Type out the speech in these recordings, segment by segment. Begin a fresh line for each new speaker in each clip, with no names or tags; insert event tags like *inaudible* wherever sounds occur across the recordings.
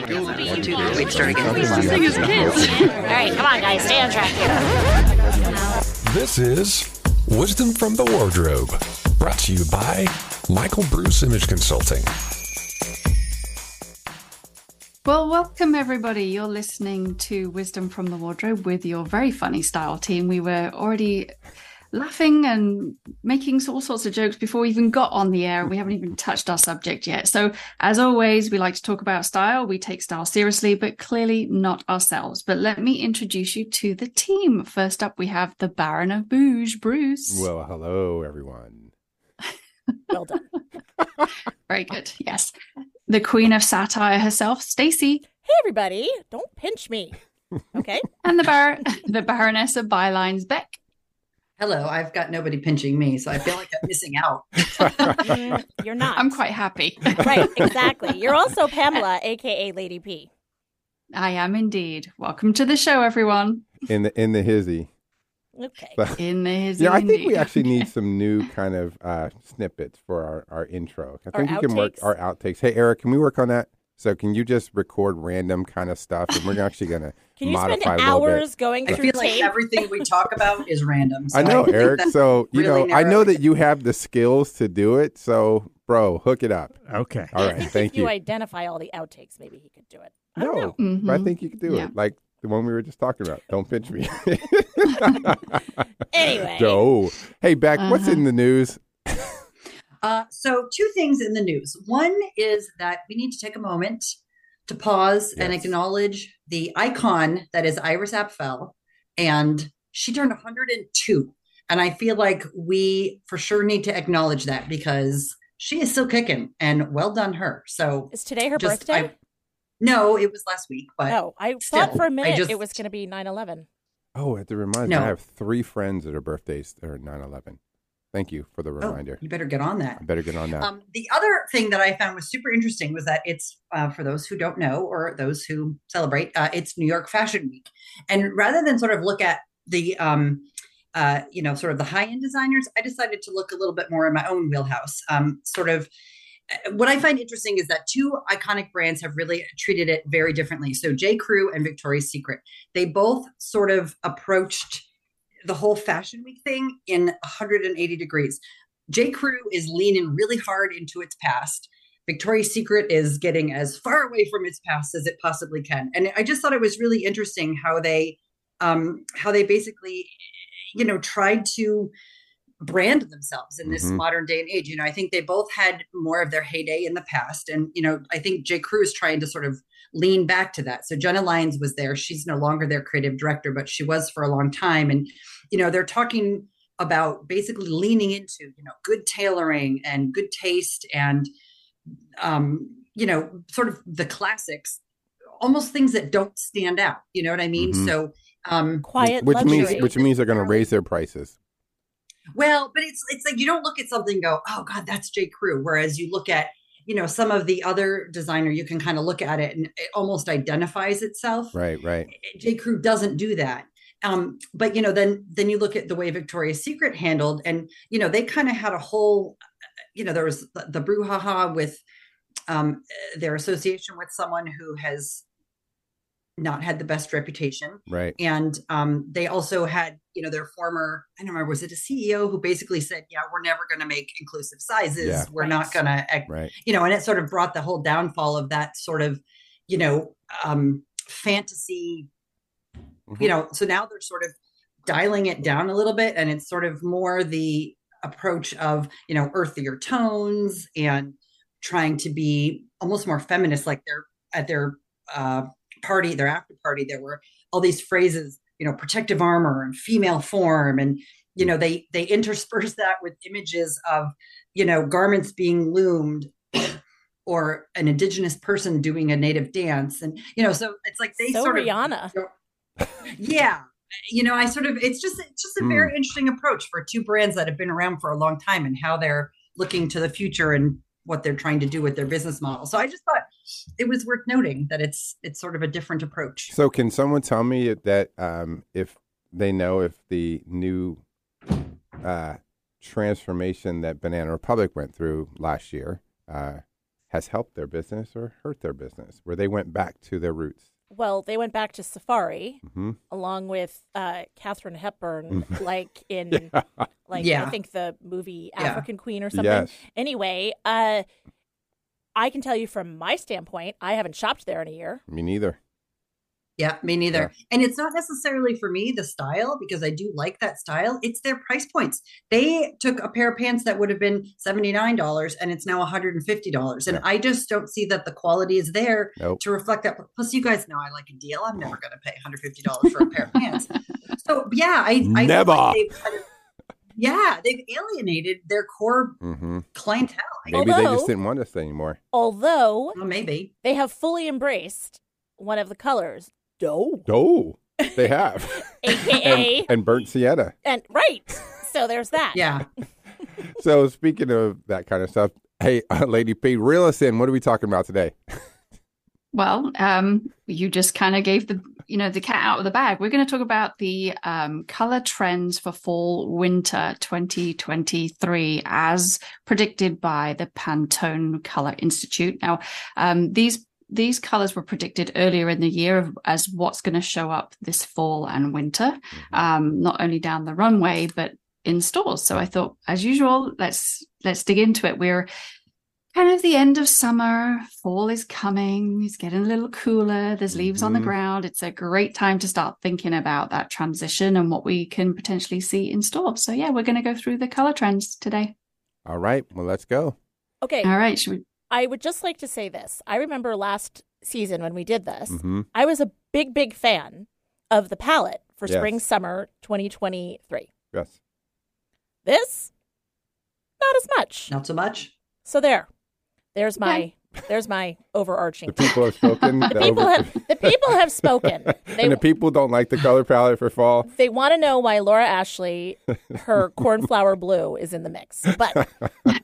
One, two, three. Wait, start again.
All right, come on, guys, stay on track here.
This is Wisdom from the Wardrobe, brought to you by Michael Bruce Image Consulting.
Well, welcome everybody. You're listening to Wisdom from the Wardrobe with your very funny style team. We were already laughing and making all sorts of jokes before we even got on the air. We haven't even touched our subject yet. So, as always, we like to talk about style. We take style seriously, but clearly not ourselves. But let me introduce you to the team. First up, we have the Baron of Bouge, Bruce.
Well, hello everyone.
Well done.
very good. Yes. The Queen of Satire herself, Stacey.
Hey, everybody, don't pinch me. Okay.
And the bar *laughs* the Baroness of Bylines Beck.
Hello, I've got nobody pinching me, so I feel like I'm missing out.
Mm, you're not.
I'm quite happy.
Right, exactly. You're also Pamela, aka Lady P.
I am indeed. Welcome to the show, everyone.
In the in
*laughs*
the hizzy.
Okay.
So-
In the his
yeah, I think we
indeed.
actually
*laughs*
need some new kind of uh, snippets for our, our intro. I
Our
think we can work
outtakes?
our outtakes. Hey Eric, can we work on that? So can you just record random kind of stuff and we're actually gonna
*laughs* Can you spend
modify a little bit.
hours going
I
through
feel like
tape?
everything we talk about is random. so
I know,
*laughs*
think
Eric.
that's-
So you
really
know I know
narrows
that you have the skills to do it, so bro, hook it up.
Okay.
All
I think
right,
*laughs*
thank
if you
you.
identify all the outtakes, maybe he could do it. I don't
No,
know.
Mhm.
but I think you can do
Yeah.
it. Like the one we were just talking about. Don't pinch me.
*laughs*
*laughs*
Anyway.
Joe. Hey, Beck, what's
Uh-huh.
in the news?
Uh, so, two things in the news. One is that we need to take a moment to pause and
Yes.
acknowledge the icon that is Iris Apfel, and she turned 102. And I feel like we for sure need to acknowledge that because she is still kicking, and well done her. So,
Is today her
just-
birthday? Oh.
I- no, it was last week, but
no, I
still,
thought for
I
a minute
just-
it was going to be 9 11.
Oh, I have to remind
No.
I have three friends that are birthdays that are 9 11. Thank you for the
Oh,
reminder.
you better get on that.
I better get on that.
Um, the other thing that I found was super interesting was that it's uh, for those who don't know or those who celebrate, uh, it's New York Fashion Week, and rather than sort of look at the um, uh, you know sort of the high end designers, I decided to look a little bit more in my own wheelhouse. Um, sort of uh, what I find interesting is that two iconic brands have really treated it very differently. So J Crew and Victoria's Secret, they both sort of approached the whole fashion week thing in 180 degrees. J. Crew is leaning really hard into its past. Victoria's Secret is getting as far away from its past as it possibly can. And I just thought it was really interesting how they um how they basically you know tried to brand themselves in this
Mhm.
modern day and age. You know, I think they both had more of their heyday in the past and you know, I think J. Crew is trying to sort of lean back to that. So Jenna Lyons was there. She's no longer their creative director, but she was for a long time and you know, they're talking about basically leaning into you know good tailoring and good taste and um you know sort of the classics almost things that don't stand out you know what i mean
Mhm.
so um
Quiet
which
luxury.
means which means they're going to raise their prices.
well but it's it's like you don't look at something and go oh god that's j crew whereas you look at you know some of the other designer you can kind of look at it and it almost identifies itself
Right, right.
J. Crew doesn't do that. Um, but you know, then then you look at the way Victoria's Secret handled, and you know, they kind of had a whole, you know, there was the, the brouhaha with um, their association with someone who has not had the best reputation,
Right.
and um, they also had, you know, their former, I don't remember, was it a CEO who basically said, "Yeah, we're never going to make inclusive sizes.
Yeah.
We're
Right.
not going to
Right.
you know, and it sort of brought the whole downfall of that sort of, you know, um, fantasy,
Mhm.
you know, so now they're sort of dialing it down a little bit and it's sort of more the approach of, you know, earthier tones and trying to be almost more feminist, like they're at their uh, party, their after party, there were all these phrases, you know, protective armor and female form. And, you know, they, they intersperse that with images of, you know, garments being loomed or an indigenous person doing a native dance. And, you know, so it's like they
so
sort
Rihanna.
of, yeah, you know, I sort of, it's just, it's just a very interesting approach for two brands that have been around for a long time and how they're looking to the future and what they're trying to do with their business model. So I just thought it was worth noting that it's, it's sort of a different approach.
So can someone tell me if that um, if they know if the new uh, transformation that Banana Republic went through last year, uh, has helped their business or hurt their business, where they went back to their roots.
Well, they went back to Safari
hmm
along with uh, Catherine Hepburn,
Mm. *laughs*
like in *laughs* like
Yeah.
I think the movie
Yeah.
African Queen or something.
Yes.
Anyway, uh, I can tell you from my standpoint, I haven't shopped there in a year.
Me neither.
Yeah, me neither. And it's not necessarily for me the style because I do like that style. It's their price points. They took a pair of pants that would have been $79 and it's now $150. And
Yeah.
I just don't see that the quality is there
Nope.
to reflect that. Plus, you guys know I like a deal. I'm never going to pay $150 for a pair of pants. So, yeah, I, I feel like
Never.
they've kind of- yeah, they've alienated their core
hmm
clientele.
Maybe they
Although-
just didn't want us anymore.
Although
Well, maybe.
they have fully embraced one of the colors, *laughs* dough,
Oh, they have.
*laughs* aka
*laughs* and, and burnt sienna.
and right. So there's that.
Yeah.
So speaking of that kind of stuff, hey, *laughs* uh, Lady P, reel us in. What are we talking about today?
Well, um, you just kind of gave the you know the cat out of the bag. We're going to talk about the um, color trends for fall winter 2023 as predicted by the Pantone Color Institute. Now, um, these these colors were predicted earlier in the year of- as what's going to show up this fall and winter, um, not only down the runway but in stores. So I thought, as usual, let's let's dig into it. We're kind of the end of summer. Fall is coming. It's getting a little cooler. There's leaves on the
Mhm.
ground. It's a great time to start thinking about that transition and what we can potentially see in store. So yeah, we're going to go through the color trends today.
All right, well let's go.
Okay.
All right, should we?
I would just like to say this. I remember last season when we did this,
hmm
I was a big, big fan of the palette for
Yes.
spring summer 2023.
Yes.
This, not as much.
Not so much.
So there, there's my
Okay.
there's my overarching.
The people
*laughs*
have spoken.
The people have the people have spoken. They
*laughs* and the people don't like the color palette for fall.
they want to know why Laura
*laughs*
Ashley, her cornflower blue, is in the mix. But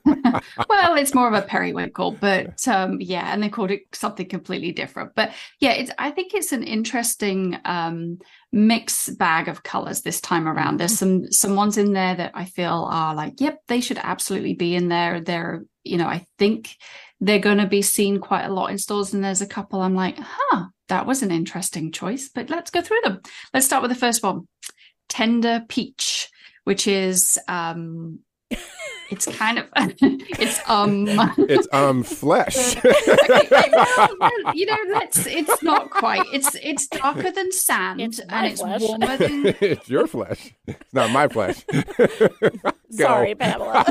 well, it's more of a periwinkle, but um, yeah, and they called it something completely different. But yeah, it's, I think it's an interesting um, mix bag of colors this time around. There's some some ones in there that I feel are like, yep, they should absolutely be in there. They're, you know, I think they're going to be seen quite a lot in stores. And there's a couple I'm like, huh, that was an interesting choice. But let's go through them. Let's start with the first one, tender peach, which is. Um, it's kind of *laughs* it's um
It's
*laughs*
um flesh. *laughs*
Oh, well, you know, let's. It's not quite. It's it's darker than sand,
It's my
and it's
flesh.
warmer than.
it's your flesh. It's not
*laughs*
my flesh. *laughs* Mm-hmm.
sorry,
*laughs*
Pamela.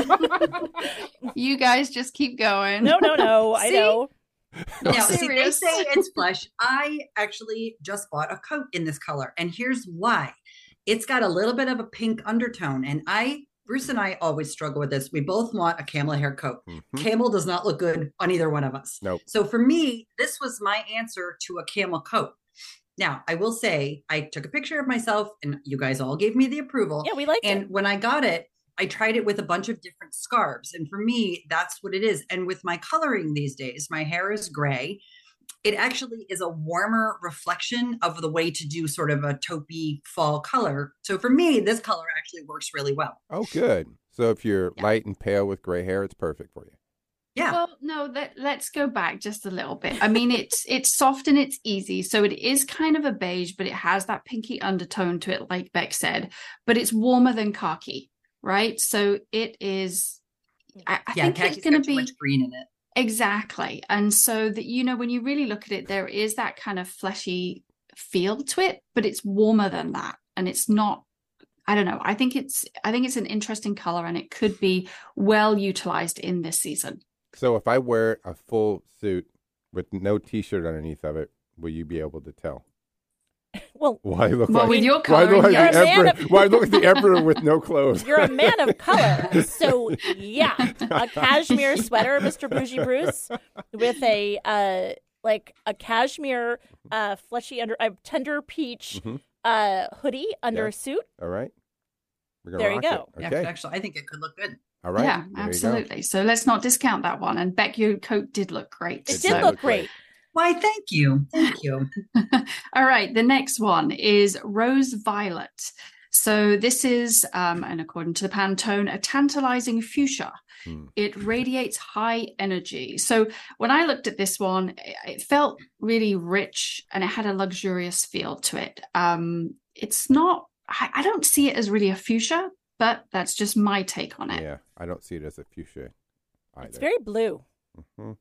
You guys just keep going.
No, no, no. I
See?
know.
Now, see, they
Serious.
say it's flesh. I actually just bought a coat in this color, and here's why: it's got a little bit of a pink undertone, and I. Bruce and I always struggle with this. We both want a camel hair coat.
Mhm.
Camel does not look good on either one of us.
Nope.
So for me, this was my answer to a camel coat. Now, I will say I took a picture of myself and you guys all gave me the approval.
Yeah, we liked it.
And when I got it, I tried it with a bunch of different scarves. And for me, that's what it is. And with my coloring these days, my hair is gray. It actually is a warmer reflection of the way to do sort of a taupey fall color. So for me, this color actually works really well.
Oh, good. So if you're
Yeah.
light and pale with gray hair, it's perfect for you.
Yeah.
Well, no, let, let's go back just a little bit. I mean, it's it's soft and it's easy, so it is kind of a beige, but it has that pinky undertone to it, like Beck said. But it's warmer than khaki, right? So it is. I, I
yeah,
think
khaki's
it's going
got
to
too
be
much green in it.
Exactly. And so that you know when you really look at it there is that kind of fleshy feel to it, but it's warmer than that and it's not I don't know. I think it's I think it's an interesting color and it could be well utilized in this season.
So if I wear a full suit with no T-shirt underneath of it, will you be able to tell? *laughs*
Well,
Why look
Well,
like,
with your
why
coloring,
look like
you're a
the
man
emperor?
of-
why look like the emperor with no clothes?
You're a man of color. So, yeah,
*laughs*
*laughs*
a cashmere sweater, Mr. Bougie Bruce, with a uh, like a cashmere uh, fleshy under a tender peach
Mhm.
uh, hoodie under
Yeah.
a suit.
*laughs* All right. We're gonna
There you
rock it.
Yeah,
Okay.
actually, I think it could look good.
All right.
Yeah,
There you go.
absolutely. So let's not discount that one. And Beck, your coat did look great.
It did
It does
so-
look
look great.
great.
Why, thank you. Thank you.
All right, the next one is rose violet. So this is, um, and according to the Pantone, a tantalizing fuchsia.
Hmm.
It radiates high energy. So when I looked at this one, it- it felt really rich and it had a luxurious feel to it. Um, it's not. I, I don't see it as really a fuchsia, but that's just my take on it.
Yeah, I don't see it as a fuchsia either.
It's very blue.
hmm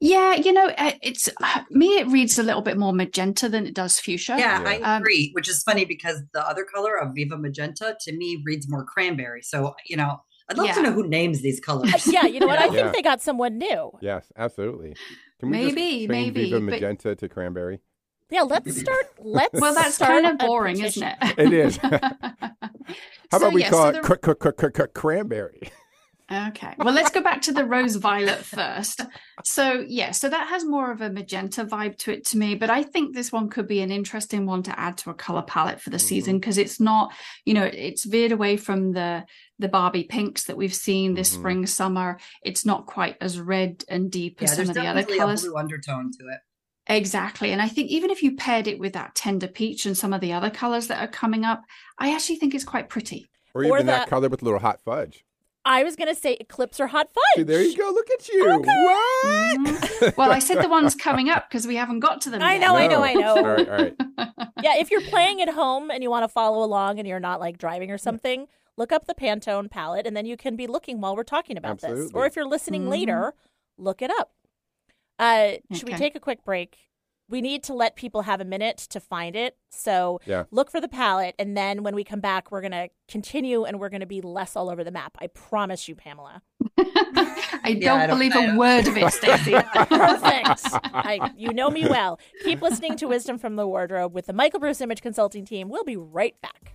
Yeah, you know, uh, it's uh, me. It reads a little bit more magenta than it does fuchsia.
Yeah,
Yeah.
I
Um,
agree, which is funny because the other color of Viva Magenta to me reads more cranberry. So, you know, I'd love to
Yeah.
know who names these colors.
*laughs*
Uh, yeah, you know what? I
Yeah.
think they got someone new.
Yes, absolutely. Can we just
Maybe,
change
maybe,
Viva
but-
magenta to cranberry?
Yeah, let's start.
*laughs*
Let's
Well, that's
start
kind of
a
boring, isn't
petition.
it? *laughs*
It is. *laughs* How How about we call it
the,
cr- cr- cr- cr- cr- cranberry? *laughs*
Okay. Well, let's go back to the rose violet first. So, yeah, so that has more of a magenta vibe to it to me, but I think this one could be an interesting one to add to a color palette for the
Mm-hmm.
season because it's not, you know, it's veered away from the the Barbie pinks that we've seen this
Mhm.
spring summer. It's not quite as red and deep
yeah,
as some
there's
of the other
definitely a
colors.
blue undertone to it.
Exactly. And I think even if you paired it with that tender peach and some of the other colors that are coming up, I actually think it's quite pretty.
Or,
Or
even that
the-
color with a little hot fudge.
I was gonna say Eclipse or Hot
See,
Fudge.
there you go. Look at you. What?
Mm-hmm. Well, I said the ones coming up because we haven't got to them.
I
yet.
know, I know, I know.
all right, all right.
Yeah, if you're playing at home and you want to follow along and you're not like driving or something, look up the Pantone palette and then you can be looking while we're talking about this. Or
Absolutely.
if you're listening
Mhm.
later, look it up. Uh, Should we
Okay.
take a quick break? We need to let people have a minute to find it. So
Yeah.
look for the palette. And then when we come back, we're going to continue and we're going to be less all over the map. I promise you, Pamela.
*laughs*
*laughs*
I don't
Yeah, I don't-
believe
I
a
don't-
word of it, Stacey.
Perfect. *laughs*
*laughs*
I, you know me well. Keep listening to Wisdom from the Wardrobe with the Michael Bruce Image Consulting Team. We'll be right back.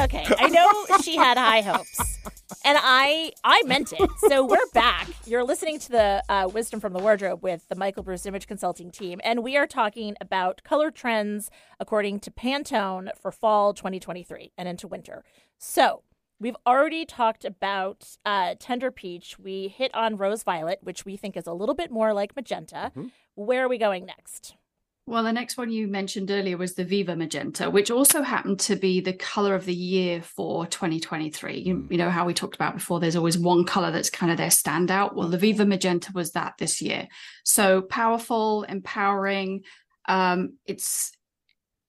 Okay, I know she had high hopes, and I I meant it. So we're back. You're listening to the uh, Wisdom from the Wardrobe with the Michael Bruce Image Consulting Team, and we are talking about color trends according to Pantone for fall 2023 and into winter. So we've already talked about uh, tender peach. We hit on rose violet, which we think is a little bit more like magenta.
Mm-hmm.
Where are we going next?
Well, the next one you mentioned earlier was the Viva Magenta, which also happened to be the color of the year for 2023. You, you know how we talked about before, there's always one color that's kind of their standout. Well, the Viva Magenta was that this year. So powerful, empowering. Um, it's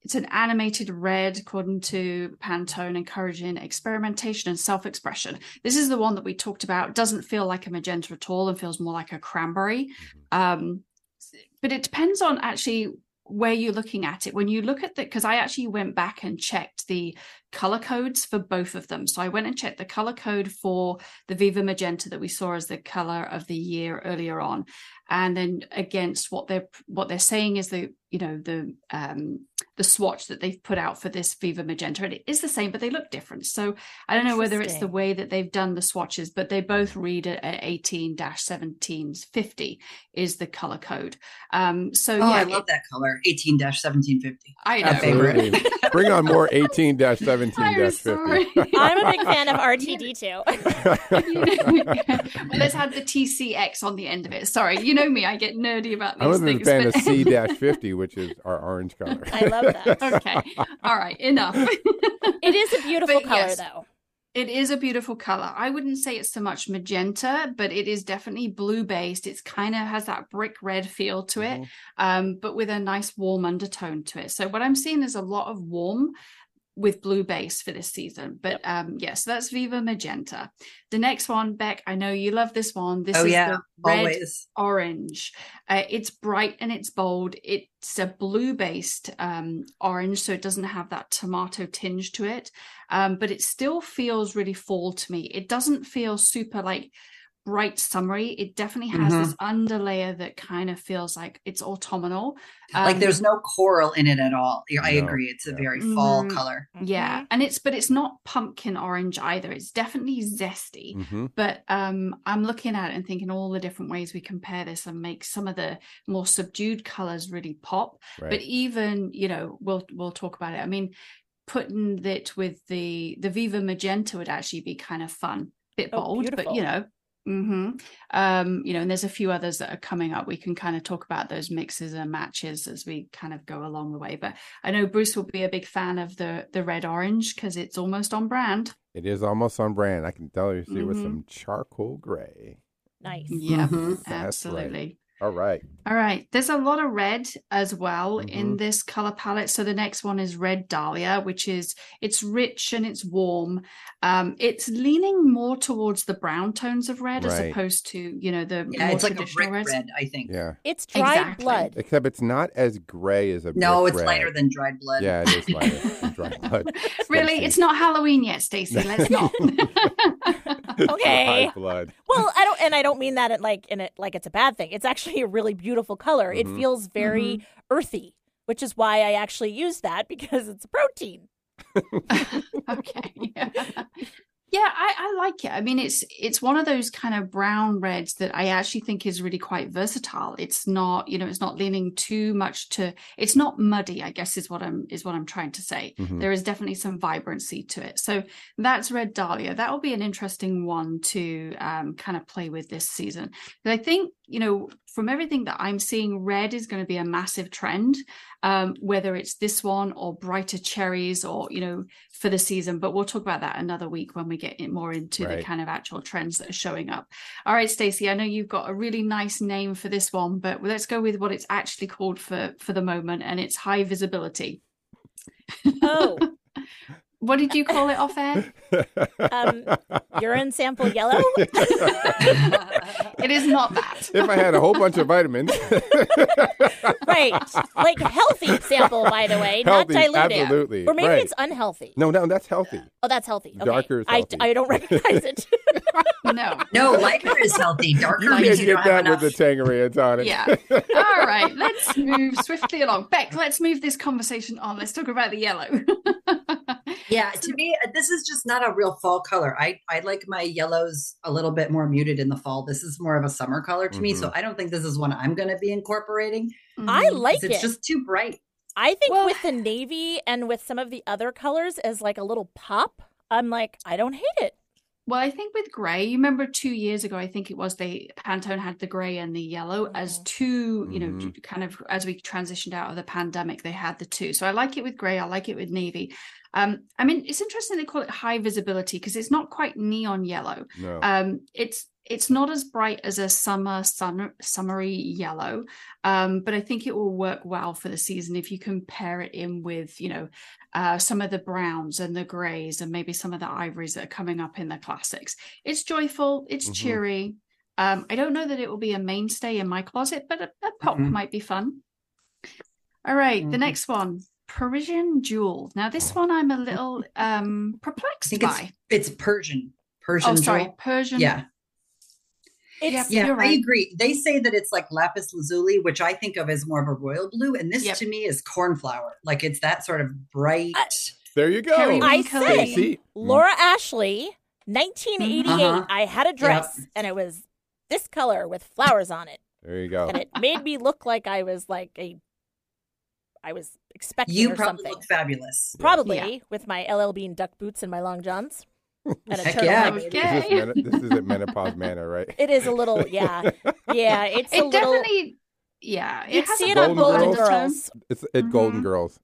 it's an animated red, according to Pantone, encouraging experimentation and self-expression. This is the one that we talked about. Doesn't feel like a magenta at all, and feels more like a cranberry. Um, but it depends on actually where you're looking at it when you look at the because i actually went back and checked the color codes for both of them so i went and checked the color code for the viva magenta that we saw as the color of the year earlier on and then against what they're what they're saying is the you know the um the swatch that they've put out for this viva magenta and it is the same but they look different so i don't know whether it's the
Interesting.
way that they've done the swatches but they both read at 18 17 50 is the color code um so
Oh,
yeah
I
it-
love that color 18 1750.
I know.
Absolutely. Bring on more 18
*laughs* I'm
17
*laughs*
sorry.
50.
I'm a big fan of RTD2.
*laughs* You know- well, let's add the TCX on the end of it. Sorry, you know me. I get nerdy about these
I'm a big
things.
fan of
but-
C
*laughs*
50, which is our orange color.
I love
*laughs*
that.
okay. All right. Enough.
It is a beautiful
But
color,
yes.
though.
It is a beautiful color. I wouldn't say it's so much magenta, but it is definitely blue based. It's kind of has that brick red feel to it, um, but with a nice warm undertone to it. So what I'm seeing is a lot of warm with blue base for this season. But um yes, yeah, so that's Viva Magenta. The next one, Beck, I know you love this one. This
oh
is
yeah,
the red
always.
orange. Uh, it's bright and it's bold. It's a blue based um, orange, so it doesn't have that tomato tinge to it. Um, but it still feels really fall to me. It doesn't feel super like bright summery. It definitely has
Mhm.
this underlayer that kind of feels like it's autumnal. Um,
like there's no coral in it at all. Yeah, I
No,
agree. It's a
yeah.
very fall
Mm.
color.
Mm-hmm.
yeah, and it's but it's not pumpkin orange either. It's definitely zesty.
Mm.
Mm-hmm.
but um i'm looking at it and thinking all the different ways we compare this and make some of the more subdued colors really pop but
Right.
even you know we'll we'll talk about it i mean putting that with the the viva magenta would actually be kind of fun bit
Oh,
bold but you
beautiful.
know hmm um you know and there's a few others that are coming up we can kind of talk about those mixes and matches as we kind of go along the way but i know bruce will be a big fan of the the red orange because it's almost on brand
it is almost on brand. I can tell you see with
Mm-hmm.
Mhm.
some charcoal gray.
Nice.
yeah
Mhm.
right.
absolutely
All right.
All right. There's a lot of red as well in
Mhm.
this color palette. So the next one is Red Dahlia, which is it's rich and it's warm. Um, it's leaning more towards the brown tones of red as
Right.
opposed to you know the
Yeah,
more
it's like a
traditional
brick
reds.
red. I think.
Yeah.
It's dried
Exactly.
blood.
Except it's not as gray as a
No,
brick
it's
red.
lighter than dried blood.
Yeah, it
*laughs*
is lighter than dry blood.
*laughs*
Really, it's not Halloween yet, Stacey. Let's not. *laughs*
Okay.
*laughs* Dry blood.
Well, I don't, and I don't mean that in like in it like it's a bad thing. It's actually a really beautiful color.
Mhm.
It feels very earthy, which is why I actually use that because it's a protein.
*laughs* okay. Yeah. Yeah, I, I like it. I mean, it's it's one of those kind of brown reds that I actually think is really quite versatile. It's not, you know, it's not leaning too much to. It's not muddy, I guess is what I'm is what I'm trying to say.
Mhm.
There is definitely some vibrancy to it. So that's Red Dahlia. That will be an interesting one to um, kind of play with this season. But I think, you know, from everything that I'm seeing, red is going to be a massive trend, um, whether it's this one or brighter cherries or, you know, for the season. But we'll talk about that another week when we get in more into the
Right.
kind of actual trends that are showing up. All right, Stacey, I know you've got a really nice name for this one, but let's go with what it's actually called for for the moment, and it's high visibility.
Oh,
What did you call it off air?
Um, urine sample
*laughs*
yellow.
it is not that.
*laughs* if I had a whole bunch of vitamins. *laughs*
right, like healthy sample, by the way,
healthy,
not diluted.
Absolutely.
Or maybe
right.
it's unhealthy.
No, no, that's healthy.
Oh, that's healthy. Okay.
Darker is
I,
healthy.
I don't recognize
*laughs*
it.
No.
No, lighter is healthy. Darker
You
means
can't
you
get
don't have
that
enough.
with the tangerines on it.
Yeah. All right. Let's move swiftly along. Beck, let's move this conversation on. Let's talk about the yellow.
yeah, to me, uh, this is just not a real fall color. I I like my yellows a little bit more muted in the fall. This is more of a summer color to me, so I don't think this is one I'm going to be incorporating.
I
Mhm.
'cause
like
it's
it.
just too bright.
I think
Well-
with the navy and with some of the other colors as like a little pop, I'm like, I don't hate it.
Well, I think with grey, you remember two years ago, I think it was they Pantone had the grey and the yellow as
Mhm.
two, you know,
Mhm.
t- kind of as we transitioned out of the pandemic, they had the two. So I like it with grey, I like it with navy. Um, I mean, it's interesting they call it high visibility because it's not quite neon yellow.
No.
Uh,
um it's it's not as bright as a summer sun summery yellow um but i think it will work well for the season if you can pair it in with you know uh some of the browns and the grays and maybe some of the ivories that are coming up in the classics it's joyful it's
Mm-hmm.
Mhm.
cheery um i don't know that it will be a mainstay in my closet but a, a pop
Mhm.
might be fun all right, the
Mhm.
next one parisian jewel now this one i'm a little um perplexed
think
by
It's Persian. Persian.
oh sorry
jewel.
persian
Yeah,
It's
yeah,
You're
I
right.
agree. They say that it's like lapis lazuli, which I think of as more of a royal blue, and this
Yep.
to me is cornflower. Like it's that sort of bright.
I-
there you go.
Carrie
I
Green
said-
colour.
Stacey.
Laura Ashley, 1988.
Mm-hmm. Uh-huh.
I had a dress and it was this color with flowers on it,
There you go.
and it made me look like I was like a, I was expecting
you
or
probably
something.
look fabulous.
Probably with my LL Bean duck boots and my long johns and a
Heck
turtleneck.
yeah.
This, is
Okay.
men- this
*laughs*
isn't menopause manner, right?
It is a
*laughs*
little, yeah, yeah. It's
it
a little.
definitely yeah
you
it has
see
a
it on
golden
Golden
undertone,
Girls.
*laughs* It's at Golden
Mm-hmm.
Mhm.
Girls.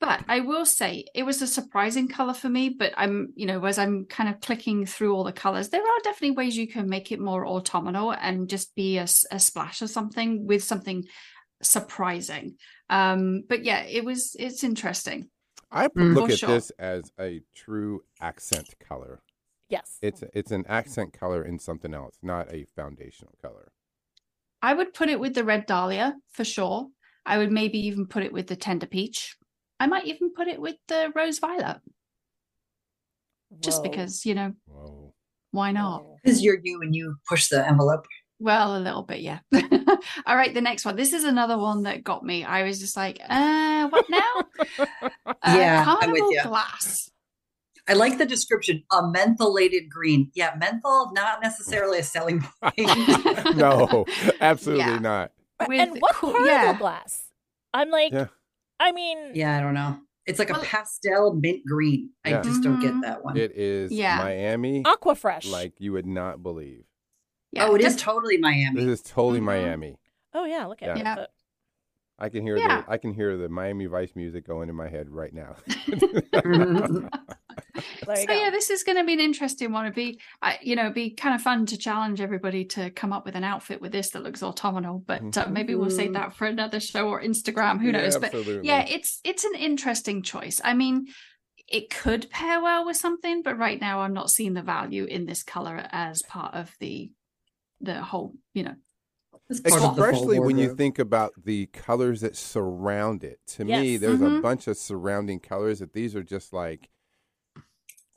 but i will say it was a surprising color for me but i'm you know as i'm kind of clicking through all the colors there are definitely ways you can make it more autumnal and just be a, s- a splash or something with something surprising um but yeah it was it's interesting
I
Mm.
look
For
at
sure.
this as a true accent color.
Yes.
It's it's an accent color in something else, not a foundational color.
I would put it with the red dahlia for sure. I would maybe even put it with the tender peach. I might even put it with the rose violet, just
Whoa.
because you know
*laughs*
Whoa.
why not?
Whoa.
Because you're you and you push the envelope.
Well, a little bit, yeah. *laughs* All right, the next one. This is another one that got me. I was just like, uh, what now? Uh,
Yeah, I'm with
carnival
you.
glass.
I like the description, a mentholated green. Yeah, menthol, not necessarily a selling
*laughs*
point.
No, absolutely
Yeah.
not.
and
With
what
cool-
carnival
yeah.
glass? I'm like,
Yeah.
I mean,
yeah, I don't know. It's like
Well-
a pastel mint green. I
Yeah.
just don't get
Mhm.
that one.
It is
Yeah.
Miami
Oh, Aquafresh.
like you would not believe.
Yeah,
oh, it is
just-
totally
This
Miami.
is totally
Mhm.
Miami.
oh yeah, look at
Yeah.
Yeah.
that.
I can hear
Yeah.
the I can hear the Miami Vice music going in my head right now.
*laughs*
There you
*laughs* so
go.
yeah, this is going to be an interesting one. It'd be, I you know, it'd be kind of fun to challenge everybody to come up with an outfit with this that looks autumnal. But uh, maybe we'll save
Mhm.
that for another show or Instagram. Who
Yeah,
knows? But
absolutely.
yeah, it's it's an interesting choice. I mean, it could pair well with something, but right now I'm not seeing the value in this color as part of the the whole. You know,
It's part of the full
Especially when you
wardrobe.
think about the colors that surround it. To me,
Yes.
there's a
Mhm.
bunch of surrounding colors that these are just like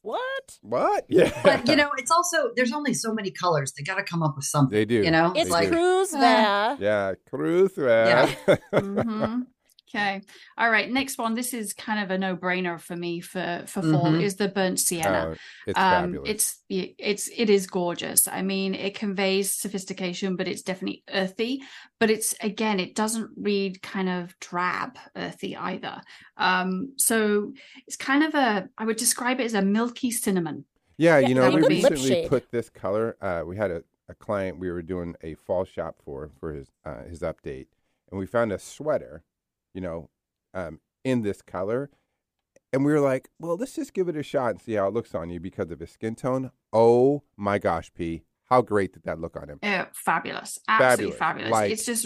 What?
what? *laughs* Yeah,
But you know, it's also there's only so many colors. They got to come up with something.
they do.
You know,
They
It's
do.
like
cruise
Ah.
there.
Yeah, Cruz. Yeah. *laughs*
Mhm. okay, all right. Next one. This is kind of a no brainer for me for for fall
Mhm.
is the burnt sienna.
Oh, it's
um
fabulous.
it's y- it's it is gorgeous i mean it conveys sophistication but it's definitely earthy but it's again it doesn't read kind of drab earthy either um so it's kind of a i would describe it as a milky cinnamon
yeah,
yeah,
you know,
it's a
we
good lip
recently
shade.
put this color. Uh, we had a, a client we were doing a fall shop for for his uh, his update, and we found a sweater, you know, um, in this color, and we were like, well, let's just give it a shot and see how it looks on you because of his skin tone. Oh my gosh, P, how great did that look on him?
uh, fabulous absolutely fabulous,
like,
it's just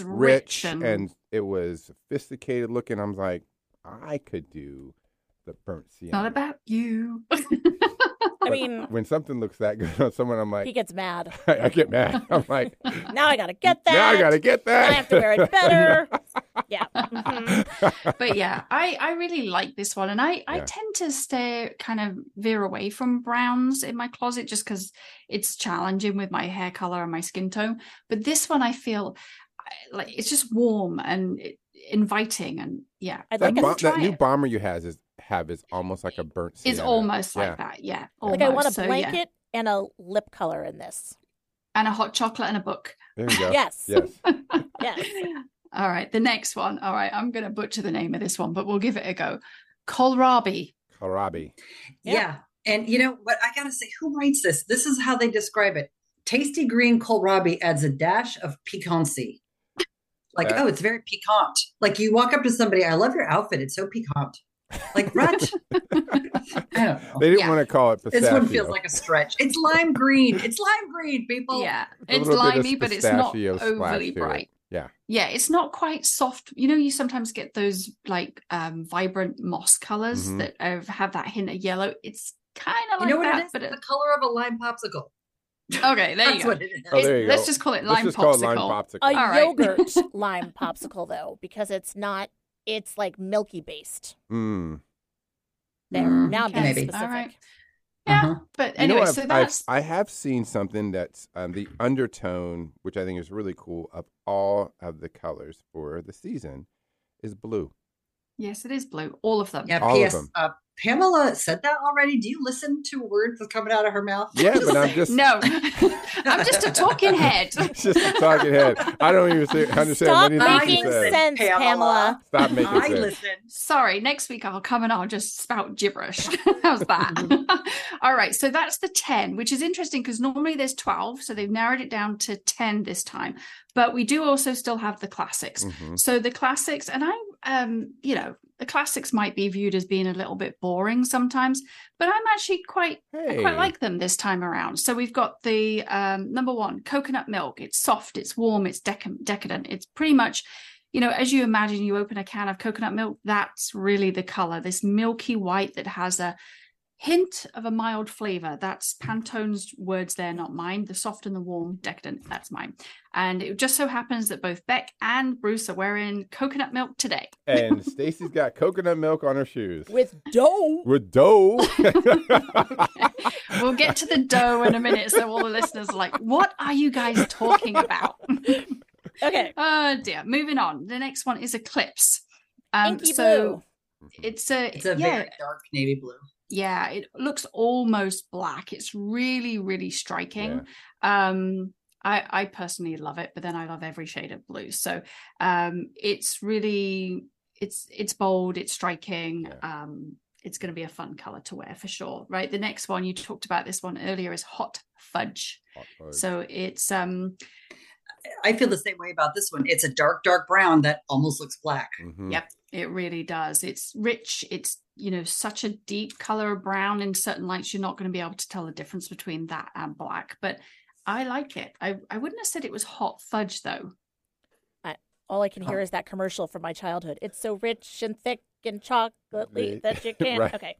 rich,
rich and... it was sophisticated looking. I'm like, I could do the burnt sienna.
not about
*laughs*
you *laughs*
I
But
mean,
when something looks that good *laughs* on someone, I'm
he
like,
gets mad.
*laughs* I, get mad. I'm like,
Now I gotta get that.
now I gotta get that.
Now I have to wear
*laughs*
it
*laughs*
better. yeah.
Hmm.
Mhm.
but yeah, I I really like this one, and I I
Yeah.
tend to stay kind of veer away from browns in my closet just because it's challenging with my hair color and my skin tone. But this one, I feel I- like it's just warm and it- inviting, and yeah,
I'd like,
that bo-
a,
bomb-
that
try
new
it.
bomber you has is have is almost like a burnt.
it's
sienna.
almost
Yeah.
like that. Yeah,
like I
almost.
want a
Oh, So, yeah.
blanket and a lip color in this.
and a hot chocolate and a
*laughs*
book.
There you go.
Yes.
Yes.
Yes.
All right, the next one. All right, I'm going to butcher the name of this one, but we'll give it a go. Kohlrabi.
Karabi.
Yeah.
yeah. And you know what? I gotta say, who writes this? This is how they describe it. Tasty green kohlrabi adds a dash of piquancy. Like,
Yeah.
oh, it's very piquant. Like you walk up to somebody, I love your outfit. It's so piquant.
*laughs*
Like, what? I don't know.
They didn't
Yeah.
want to call it pistachio.
This one feels like a stretch. It's lime green. It's lime green, people.
Yeah,
A
it's
little bit of
limey, but it's not
pistachio splash
overly
to it.
bright.
Yeah.
yeah it's not quite soft you know you sometimes get those like um vibrant moss colors
Mhm.
that uh, have that hint of yellow it's kind of
You
like
know what
that
it is?
but
It's
it,
the color of a lime popsicle.
*laughs* okay there you
That's
go,
what it is.
Oh, there you
let's
go.
just call it
Let's
lime
just call it
popsicle
lime
A
popsicle.
All right.
yogurt
*laughs*
lime popsicle though, because it's not. It's like milky based.
Mm.
There.
Mm,
now I'm being
maybe.
specific.
Hmm. All right. Yeah.
Uh-huh.
but
You know,
anyway
I've-
so
I've-
that's
I have seen something that's um, the undertone, which I think is really cool, of all of the colors for the season, is blue. *laughs*
yes it is blue all of them
Yeah.
All of
P.S.
them.
Uh, Pamela said that already. Do you listen to words that's coming out of her mouth?
Yeah, but
*laughs*
I'm just *laughs*
no *laughs* i'm just a talking head
It's just a talking head. I don't even say, understand
Stop
what anything
making
she said.
sense, Pamela.
Stop *laughs* making
I
sense.
listen.
Sorry, next week I'll come and I'll just spout gibberish. *laughs* How's that? *laughs* All right, so that's the 10, which is interesting because normally there's 12. So they've narrowed it down to 10 this time. But we do also still have the classics.
Mhm.
So the classics, and I, um, you know, the classics might be viewed as being a little bit boring sometimes, but I'm actually quite I
Hey.
quite like them this time around. So we've got the um, number one, coconut milk. It's soft, it's warm, it's dec- decadent. It's pretty much you know, as you imagine, you open a can of coconut milk, that's really the color, this milky white that has a hint of a mild flavor. That's Pantone's words there, not mine. The soft and the warm decadent, that's mine. And it just so happens that both Beck and Bruce are wearing coconut milk today.
*laughs* and Stacy's got coconut milk on her shoes
with dough.
with
*laughs*
dough.
We'll get to the dough in a minute. So all the listeners are like, what are you guys talking about?
Okay.
oh dear. Moving on. The next one is Eclipse. Um,
Inky
so
*laughs*
it's a,
It's a
yeah,
very dark navy blue.
yeah it looks almost black it's really really striking um i i personally love it but then i love every shade of blue so um it's really it's it's bold it's striking
Yeah.
um it's going to be a fun color to wear for sure right the next one you talked about this one earlier is hot fudge
Uh,
so it's um
I feel the same way about this one. It's a dark, dark brown that almost looks black.
Mhm.
Yep, it really does. It's rich. It's you know such a deep color of brown in certain lights. You're not going to be able to tell the difference between that and black. But I like it. I I wouldn't have said it was hot fudge though.
All I can hear is that commercial from my childhood. It's so rich and thick and chocolatey
Right.
that you can't.
Right.
Okay.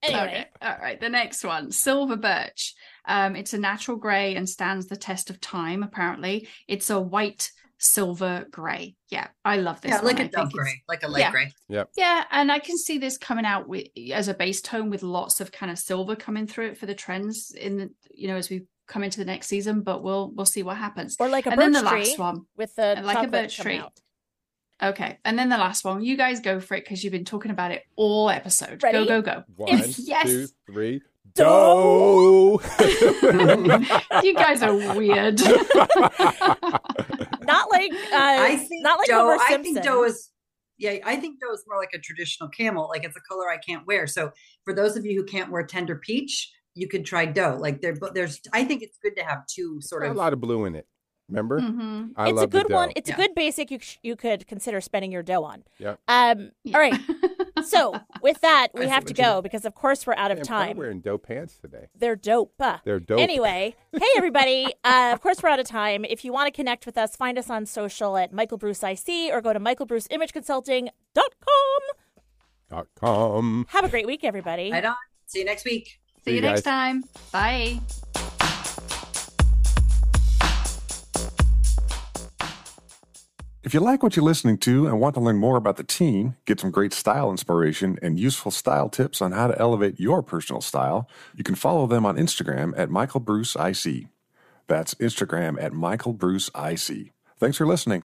Anyway,
Okay, all right. The next one, silver birch. Um, it's a natural gray and stands the test of time. Apparently, it's a white silver gray. Yeah, I love this.
yeah, like
one. I
a dark
think it's-
gray, like a light
Yeah.
gray.
Yeah, and I can see this coming out with as a base tone with lots of kind of silver coming through it for the trends in the you know as we come into the next season. But we'll we'll see what happens.
or like a
and
birch
then the
tree
last one,
with the
and like a
chocolate
birch
coming
tree.
out.
okay, and then the last one. You guys go for it because you've been talking about it all episode.
Ready?
Go go go!
One,
yes.
two, three.
Dough.
Dough.
*laughs* you guys are
*laughs*
*laughs*
weird. *laughs*
Not like uh,
I think
not like
dough.
Homer
I
Simpson.
think dough is yeah. I think dough is more like a traditional camel. Like it's a color I can't wear. So for those of you who can't wear tender peach, you could try dough. Like there, but there's. I think it's good to have two sort
Got a
of.
lot of blue in it. Remember?
hmm
I
it's a
love the
good one.
dough.
It's
Yeah.
a good basic you sh- you could consider spending your dough on.
Yeah.
Um. All right. So
*laughs*
with that,
I
we
see
have
what
to
you
go
mean.
because of course we're out of
Man, probably
time.
wearing dough pants today.
They're dope. uh.
They're dope.
Anyway, hey
*laughs*
everybody. Uh, of course, we're out of time. If you want to connect with us, find us on social at Michael Bruce IC or go to michaelbruseimageconsulting.com.
Dot com.
Have a great week, everybody.
Right on. See you next week.
See you
you
next
guys.
time. Bye.
If you like what you're listening to and want to learn more about the team, get some great style inspiration and useful style tips on how to elevate your personal style, you can follow them on Instagram at Michael Bruce IC. That's Instagram at Michael Bruce IC. Thanks for listening.